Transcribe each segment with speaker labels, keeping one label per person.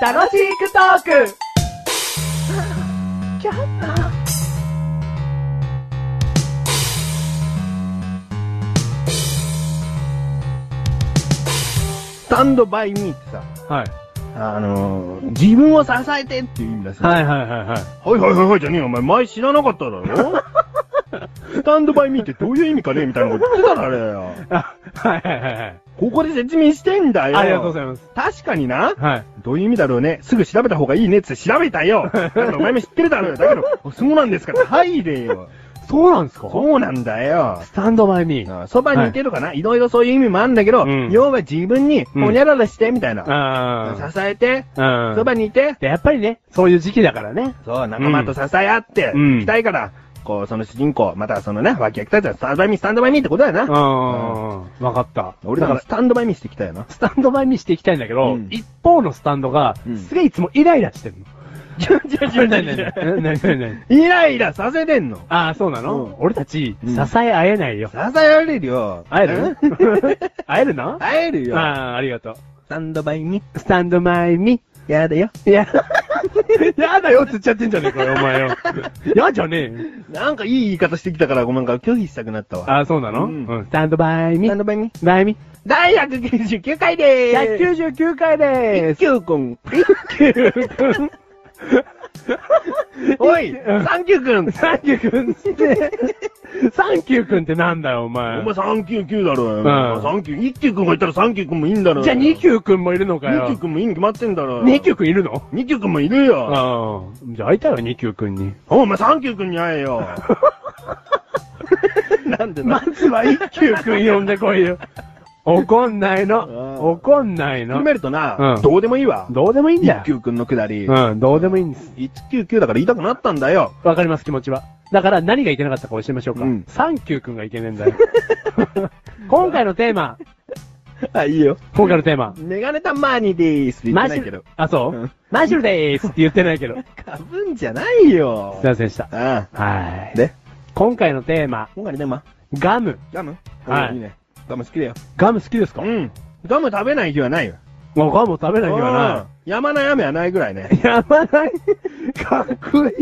Speaker 1: 楽しくトーク
Speaker 2: スタンドバイミーってさ、
Speaker 3: はい。
Speaker 2: あのー、自分を支えてっていう意味だし、
Speaker 3: はいはいはいはい。
Speaker 2: はいはいはいはいじゃねえよ、お前前知らなかっただ ろスタンドバイミーってどういう意味かねみたいなこと言ってたらあれよ。
Speaker 3: あ、はいはいはいはい。
Speaker 2: ここで説明してんだよ。
Speaker 3: ありがとうございます。
Speaker 2: 確かにな。
Speaker 3: はい。
Speaker 2: どういう意味だろうね。すぐ調べた方がいいねって調べた よ。だってお前も知ってるだろうよ。だけど、そうなんですかって入れよ。
Speaker 3: そうなんですか
Speaker 2: そうなんだよ。
Speaker 3: スタンドバイミー。
Speaker 2: あそばにいてるかな、い、ろいろそういう意味もあるんだけど、
Speaker 3: うん
Speaker 2: 要は自分に、ほにゃららして、みたいな。
Speaker 3: あ
Speaker 2: 支えて、
Speaker 3: あ。
Speaker 2: そばにいて、
Speaker 3: でやっぱりね、そういう時期だからね。
Speaker 2: そう、仲間と支え合って、
Speaker 3: うん
Speaker 2: 行きたいから、こう、その主人公、またはそのね、脇役たちは、スタンドバイミー、スタンドバイミーってことだよ
Speaker 3: うん。
Speaker 2: な。
Speaker 3: わかった。
Speaker 2: 俺だか
Speaker 3: だか
Speaker 2: らら、スタンドバイミーしてきたよな。
Speaker 3: スタンドバイミーしていきたいんだけど、
Speaker 2: うん
Speaker 3: 一方のスタンドが
Speaker 2: うん、
Speaker 3: すげえいつもイライラしてるの。
Speaker 2: 違う違う違う違う
Speaker 3: 何何何何
Speaker 2: イライラさせてんの。
Speaker 3: ああ、そうな
Speaker 2: うん
Speaker 3: の俺たち、
Speaker 2: うん
Speaker 3: 支え合えないよ
Speaker 2: 支。えられるよ。
Speaker 3: 会え
Speaker 2: うん
Speaker 3: る会えるな
Speaker 2: 会えるよ。
Speaker 3: ああ、ありがとう。
Speaker 2: スタンドバイミ
Speaker 3: スタンドバイミ
Speaker 2: ー。や だよ。
Speaker 3: ー。いや、やだよって言っちゃってんじゃ ねえかよ、お前よ。やじゃねえよ。
Speaker 2: なんかいい言い方してきたから、ごめんか、拒否したくなったわ。
Speaker 3: ああ、そうなの、
Speaker 2: う
Speaker 3: うんん、スタンドバイ
Speaker 2: ス
Speaker 3: ミ
Speaker 2: タン
Speaker 3: ー。
Speaker 2: ドバイミー。
Speaker 3: バイミー。
Speaker 2: 第199回でーす。
Speaker 3: 199回でーす。
Speaker 2: 199くん。 おい、サンキューくん。
Speaker 3: サンキューくんって、サンキューくんってなんだよ、お前
Speaker 2: お。前399だろうよ。
Speaker 3: ん
Speaker 2: 39、1級くんがいたら3級くんもいいんだろうよ。
Speaker 3: じゃあ2級くんもいるのか
Speaker 2: 2級
Speaker 3: よ。
Speaker 2: くんもいいに決まってんだろうよ。
Speaker 3: 2級くんいるの
Speaker 2: 2級くんもいるよ。
Speaker 3: ああ。じゃあ会いたいわ、2級くんに。
Speaker 2: お前3級くんに会えよ。 なんでだ
Speaker 3: まずは1級くん呼んでこい よ。怒んない
Speaker 2: うん
Speaker 3: の。怒んない
Speaker 2: 決
Speaker 3: の。
Speaker 2: めるとな
Speaker 3: う、ん
Speaker 2: どうでもいいわ。
Speaker 3: どうでもいいんだ
Speaker 2: 1
Speaker 3: よ。
Speaker 2: 級くんのくだり。
Speaker 3: うん、どうでもいいんです。
Speaker 2: 199だから言いたくなったんだよ。
Speaker 3: わかります、気持ちは。だから何がいけなかったか教えましょうか。
Speaker 2: うん
Speaker 3: サンキューくんがいけねえ んだよ。今回のテーマ、
Speaker 2: あ、いいよ。
Speaker 3: 今回のテーマ。
Speaker 2: メガネタマーニーでーす。言ってないけど。
Speaker 3: あ、そう、
Speaker 2: うん
Speaker 3: マジュルでーすって言ってないけど。す
Speaker 2: かぶんじゃないよ
Speaker 3: い。ませんでした。
Speaker 2: あ
Speaker 3: は
Speaker 2: あ。
Speaker 3: い。
Speaker 2: で、
Speaker 3: 今回のテーマ、
Speaker 2: 今回のテーマ、
Speaker 3: ガム。
Speaker 2: ガム
Speaker 3: はい
Speaker 2: おいいね。ガム好きだよ。
Speaker 3: ガム好きですか、
Speaker 2: うん。ガム食べない日はないよ。
Speaker 3: もうガムを食べない日
Speaker 2: う
Speaker 3: は
Speaker 2: ん山の雨はないぐらい ね。
Speaker 3: ない。やまない。かっこい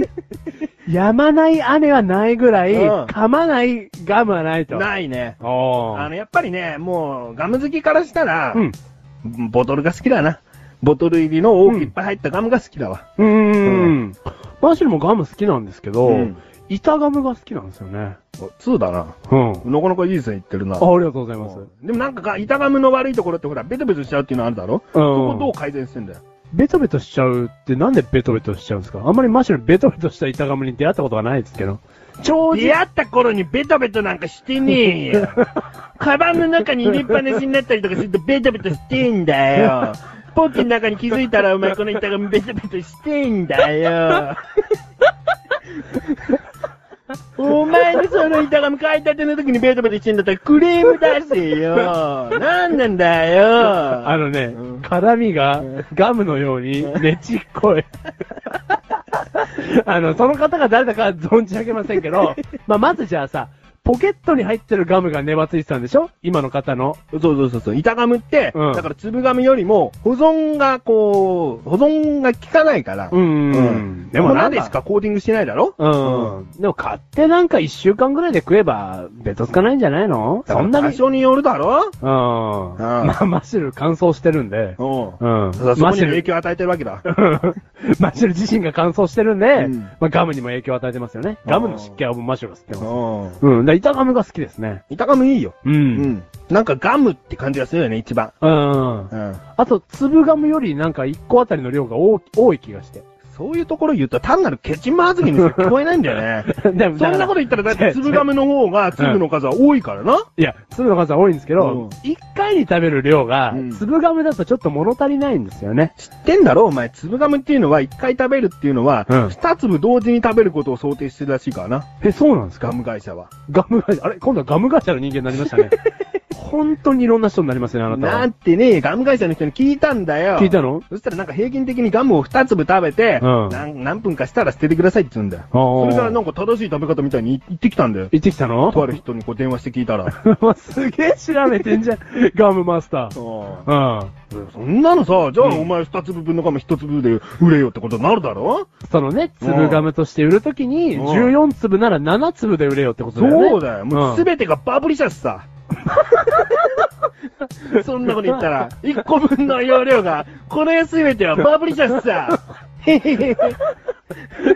Speaker 3: い。やまない雨はないぐらい、
Speaker 2: うん
Speaker 3: 噛まないガムはないと。
Speaker 2: ないね。
Speaker 3: お
Speaker 2: あ
Speaker 3: ー。
Speaker 2: の、やっぱりね、もう、ガム好きからしたら、
Speaker 3: うん。
Speaker 2: ボトルが好きだな。ボトル入りの大きいっぱい入ったガムが好きだわ。
Speaker 3: うーん。マジュルもガム好きなんですけど、
Speaker 2: うん
Speaker 3: 板ガムが好きなんですよね。
Speaker 2: お2だな。
Speaker 3: うん。
Speaker 2: なかなかいい線いってるな。
Speaker 3: あありがとうございます。
Speaker 2: でもなんかが、板ガムの悪いところってほら、ベトベトしちゃうっていうのあるだろ
Speaker 3: う
Speaker 2: そこど
Speaker 3: ん
Speaker 2: う。改善してんだよ。
Speaker 3: ベトベトしちゃうってなんでベトベトしちゃうんですかあんまりマシュルベトベトした板ガムに出会ったことがないですけど。長寿
Speaker 2: 出会った頃にベトベトなんかしてねえ よ。カバンの中に入れっぱなしになったりとかするとベトベトしてんだよ。ポッチの中に気づいたらお前この板がベトベトしてんだよ。お前のその板が買いたての時にベトベトしてんだったらクレーム出せよ。なんなんだよ。
Speaker 3: あのね、
Speaker 2: うん
Speaker 3: 絡みがガムのようにねちっ こい。あの、その方が誰だかは存じ上げませんけど、まあ、まずじゃあさ、ポケットに入ってるガムが粘ついてたんでしょ今の方の。
Speaker 2: そうそうそうそう。板ガムって、
Speaker 3: うん
Speaker 2: だから粒ガムよりも保存がこう、保存が効かないから。
Speaker 3: うん
Speaker 2: でも
Speaker 3: な
Speaker 2: なんでしかコーティングしてないだろ
Speaker 3: うん。でも買ってなんか一週間ぐらいで食えば、ベトつかないんじゃないのそんな
Speaker 2: 多
Speaker 3: に。
Speaker 2: 少によるだろ
Speaker 3: うん。まあ、 マッシュル乾燥してるんで。
Speaker 2: うん。
Speaker 3: うん。マ
Speaker 2: ただそこ
Speaker 3: ッ
Speaker 2: に
Speaker 3: シュ
Speaker 2: 影
Speaker 3: ル、
Speaker 2: 響を与えてるわけだ。
Speaker 3: マッシュル自身が乾燥してるんで、
Speaker 2: うん
Speaker 3: まあガムにも影響を与えてますよね。ガムの湿気はもうマッシュルが吸ってます。
Speaker 2: うん。
Speaker 3: うん。だから板ガムが好きですね。
Speaker 2: 板ガムいいよ。
Speaker 3: う。
Speaker 2: うんん。なんかガムって感じがするよね、一番。
Speaker 3: うん。
Speaker 2: うん。
Speaker 3: あと、粒ガムよりなんか1個あたりの量が多多い気がして。
Speaker 2: そういうところ言うと単なるケチマーズギにしか 聞こえないんだよね。
Speaker 3: で
Speaker 2: そ
Speaker 3: も
Speaker 2: んなこと言ったらだって粒ガムの方が粒の数は多いからな。
Speaker 3: いや、粒の数は多いんですけ
Speaker 2: うん
Speaker 3: ど、一回に食べる量が
Speaker 2: うん、
Speaker 3: 粒ガムだとちょっと物足りないんですよね。
Speaker 2: 知ってんだろお前、粒ガムっていうのは一回食べるっていうのは、
Speaker 3: うん
Speaker 2: 二粒同時に食べることを想定してるらしいからな。
Speaker 3: え、そうなんです
Speaker 2: ガ
Speaker 3: か
Speaker 2: ム会社は。
Speaker 3: ガム会社、あれ今度はガム会社の人間になりましたね。本当にいろんな人になりますね、あなた
Speaker 2: な
Speaker 3: は
Speaker 2: ん。てね、ガム会社の人に聞いたんだよ。
Speaker 3: 聞いたの
Speaker 2: そしたらなんか平均的にガムを2粒食べて、
Speaker 3: うん
Speaker 2: なん何分かしたら捨ててくださいって言うんだよ。
Speaker 3: おー
Speaker 2: それからなんか正しい食べ方みたいに言ってきたんだよ。
Speaker 3: 行ってきたの
Speaker 2: とある人にこう電話して聞いたら。
Speaker 3: すげえ調べてんじゃん。ガムマスター。
Speaker 2: そ
Speaker 3: うん。
Speaker 2: んなのさ、じゃあ
Speaker 3: うん
Speaker 2: お前2粒分のガム1粒で売れよってことになるだろ
Speaker 3: そのね、粒ガムとして売るときに、
Speaker 2: うん
Speaker 3: 14粒なら7粒で売れよってことだよね。
Speaker 2: そうだよ。もうす
Speaker 3: べ、
Speaker 2: べてがバブリシャスさ。 そんなこと言ったら、1個分の容量が、これすべてはバブリシャスさ。へへへへ。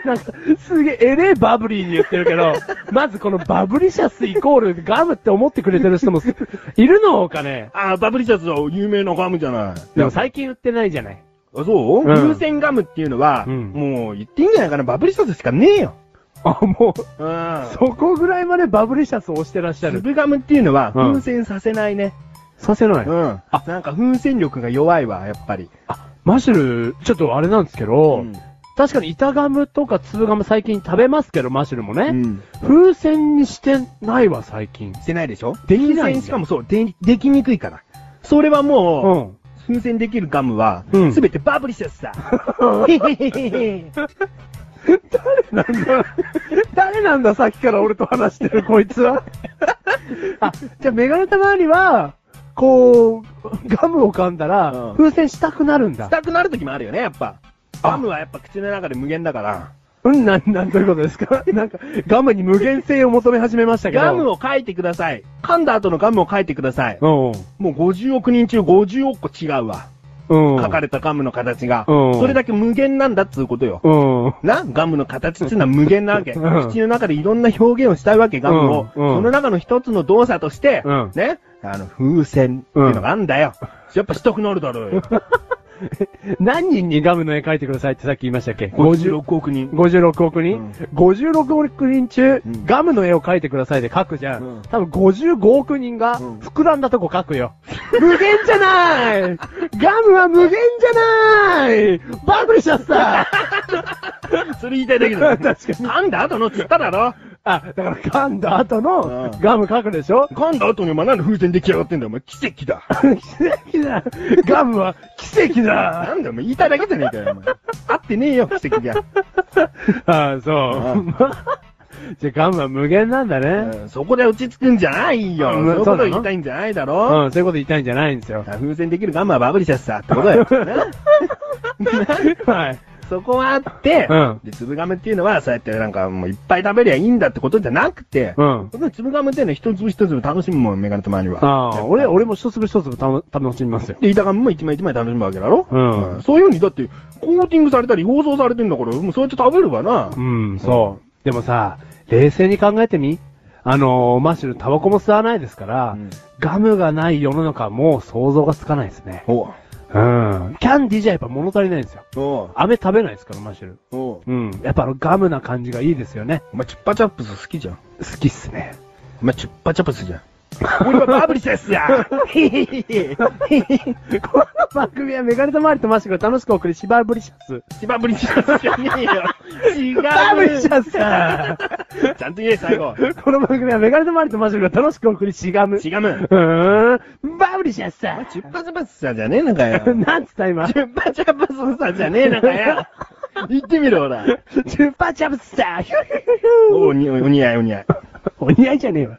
Speaker 3: なんか、すげえ、えれえバブリーに言ってる けど、まずこのバブリシャスイコールガムって思ってくれてる人もすいるのかね。
Speaker 2: あーバブリシャスは有名なガムじゃない。
Speaker 3: でも最近売ってないじゃない。
Speaker 2: あ、そう、
Speaker 3: うん
Speaker 2: 優先ガムっていうのは、
Speaker 3: うん
Speaker 2: もう言っていいんじゃないかな。バブリシャスしかねえよ。
Speaker 3: あ、もう、
Speaker 2: うん。
Speaker 3: そこぐらいまでバブリシャスを押してらっしゃる。
Speaker 2: 粒ガムっていうのは、
Speaker 3: うん
Speaker 2: 風船させないね。
Speaker 3: させない。
Speaker 2: うん。
Speaker 3: あ
Speaker 2: なんか風船力が弱いわ、やっぱり。
Speaker 3: マシュル、ちょっとあれなんですけど、
Speaker 2: うん
Speaker 3: 確かに板ガムとか粒ガム最近食べますけど、マシュルもね。
Speaker 2: うん。
Speaker 3: 風船にしてないわ、最近。
Speaker 2: してないでしょ
Speaker 3: できないんだ
Speaker 2: 風船しかもそう、で、できにくいから。それは
Speaker 3: う
Speaker 2: もう、
Speaker 3: ん。
Speaker 2: 風船できるガムは
Speaker 3: う、ん
Speaker 2: すべてバブリシャスさ。へへへへ
Speaker 3: なんだ、誰なんだ、さっきから俺と話してる、こいつは。あ、じゃあ、メガネたまわりは、こう、ガムを噛んだら、
Speaker 2: うん
Speaker 3: 風船したくなるんだ
Speaker 2: し。たくなる時もあるよね、やっぱ。
Speaker 3: あ
Speaker 2: ガムはやっぱ口の中で無限だから。
Speaker 3: うん、なん、なん、どういうことですか なんか、ガムに無限性を求め始めましたけど。
Speaker 2: ガムを書いてください。噛んだ後のガムを書いてください。
Speaker 3: を。
Speaker 2: もう50億人中50億個違うわ。
Speaker 3: うん。うん。
Speaker 2: 書かれたガムの形が。
Speaker 3: うん
Speaker 2: それだけ無限なんだっつうことよ。
Speaker 3: うん。
Speaker 2: なガムの形っていうのは無限なわけ。
Speaker 3: うん
Speaker 2: 口の中でいろんな表現をしたいわけ、ガムを。
Speaker 3: うんうん
Speaker 2: その中の一つの動作として、
Speaker 3: うん
Speaker 2: ね、あの、風船っていうのがあんだよ。やっぱしたくなるだろ うよ。
Speaker 3: 何人にガムの絵描いてくださいってさっき言いましたっけ ?50
Speaker 2: 56億人。
Speaker 3: 56億人、
Speaker 2: うん
Speaker 3: 56億人中、
Speaker 2: うん
Speaker 3: ガムの絵を描いてくださいで描くじゃん。
Speaker 2: うん
Speaker 3: 多分55億人が、
Speaker 2: うん
Speaker 3: 膨らんだとこ描くよ。 無限じゃないガムは無限じゃないバブルしちゃった
Speaker 2: それ言いたいだけだよ。
Speaker 3: 確かに。
Speaker 2: 噛んだ後のっつっただろ。
Speaker 3: あ、だから噛んだ後の
Speaker 2: うん
Speaker 3: ガム描くでしょ
Speaker 2: 噛んだ後にお前なんで風船出来上がってんだよ、お前。奇跡だ。
Speaker 3: 奇跡だガムは奇跡だ
Speaker 2: な んだよ、お前言いたいだけじゃねえかよ、お前。合ってねえよ、奇跡が。
Speaker 3: ああ、そうう。 じゃあガムは無限なんだね。
Speaker 2: うんそこで落ち着くんじゃないよ。
Speaker 3: うん
Speaker 2: そういうこ
Speaker 3: そうな
Speaker 2: と
Speaker 3: の
Speaker 2: 言いたいんじゃないだ
Speaker 3: う
Speaker 2: ろ。
Speaker 3: ん、そういうこと言いたいんじゃないんですよ。
Speaker 2: 風船できるガムはバブリシャスさってことだ よ。な
Speaker 3: はい。
Speaker 2: そこはあって、
Speaker 3: うん
Speaker 2: で、粒ガムっていうのは、そうやってなんかもういっぱい食べりゃいいんだってことじゃなくて、
Speaker 3: うん。
Speaker 2: その粒ガムっていうのは一粒一粒楽しむもん、メガネと周りは。
Speaker 3: ああ、俺、
Speaker 2: やっぱ
Speaker 3: 俺も一粒一粒たの楽しみますよ。
Speaker 2: で、板ガムも一枚一枚楽しむわけだろ
Speaker 3: うん
Speaker 2: そういうふうに、だって、コーティングされたり、包装されてんだから、もうそうやって食べるわな。
Speaker 3: うん、そう。でもさ、冷静に考えてみあのー、マッシュルタバコも吸わないですから、
Speaker 2: うん
Speaker 3: ガムがない世の中はもう想像がつかないですね。
Speaker 2: おう
Speaker 3: うん。キャンディじゃやっぱ物足りないんですよ。
Speaker 2: おう
Speaker 3: 飴食べないですから、マッシュル。
Speaker 2: おう
Speaker 3: うん。やっぱあのガムな感じがいいですよね。
Speaker 2: お前、チュッパチャップス好きじゃん。
Speaker 3: 好きっすね。
Speaker 2: お前、チュッパチャップスじゃん。俺はバブリシャスやへへへへ。
Speaker 3: この番組はメガネとマリとマッシュルが楽しくお送り、しばぶりシャツ。
Speaker 2: バブリシャスじゃねえよ。 違う。
Speaker 3: バブリシャツだ
Speaker 2: ちゃんと言え、最後。
Speaker 3: この番組はメガネとマリとマッシュルが楽しくお送り、しがむ。
Speaker 2: 違う。
Speaker 3: うーん。バブリシャツ
Speaker 2: お前
Speaker 3: さ。
Speaker 2: チュッパチャップスさんじゃねえのかよ。
Speaker 3: なんつった今。
Speaker 2: チュッパチャップスさんじゃねえのかよ。言ってみろ、ほら。
Speaker 3: チューパーチャブスターヒューヒューヒューヒュー
Speaker 2: お、お似合い、お似合い。
Speaker 3: お似合いじゃねえわ。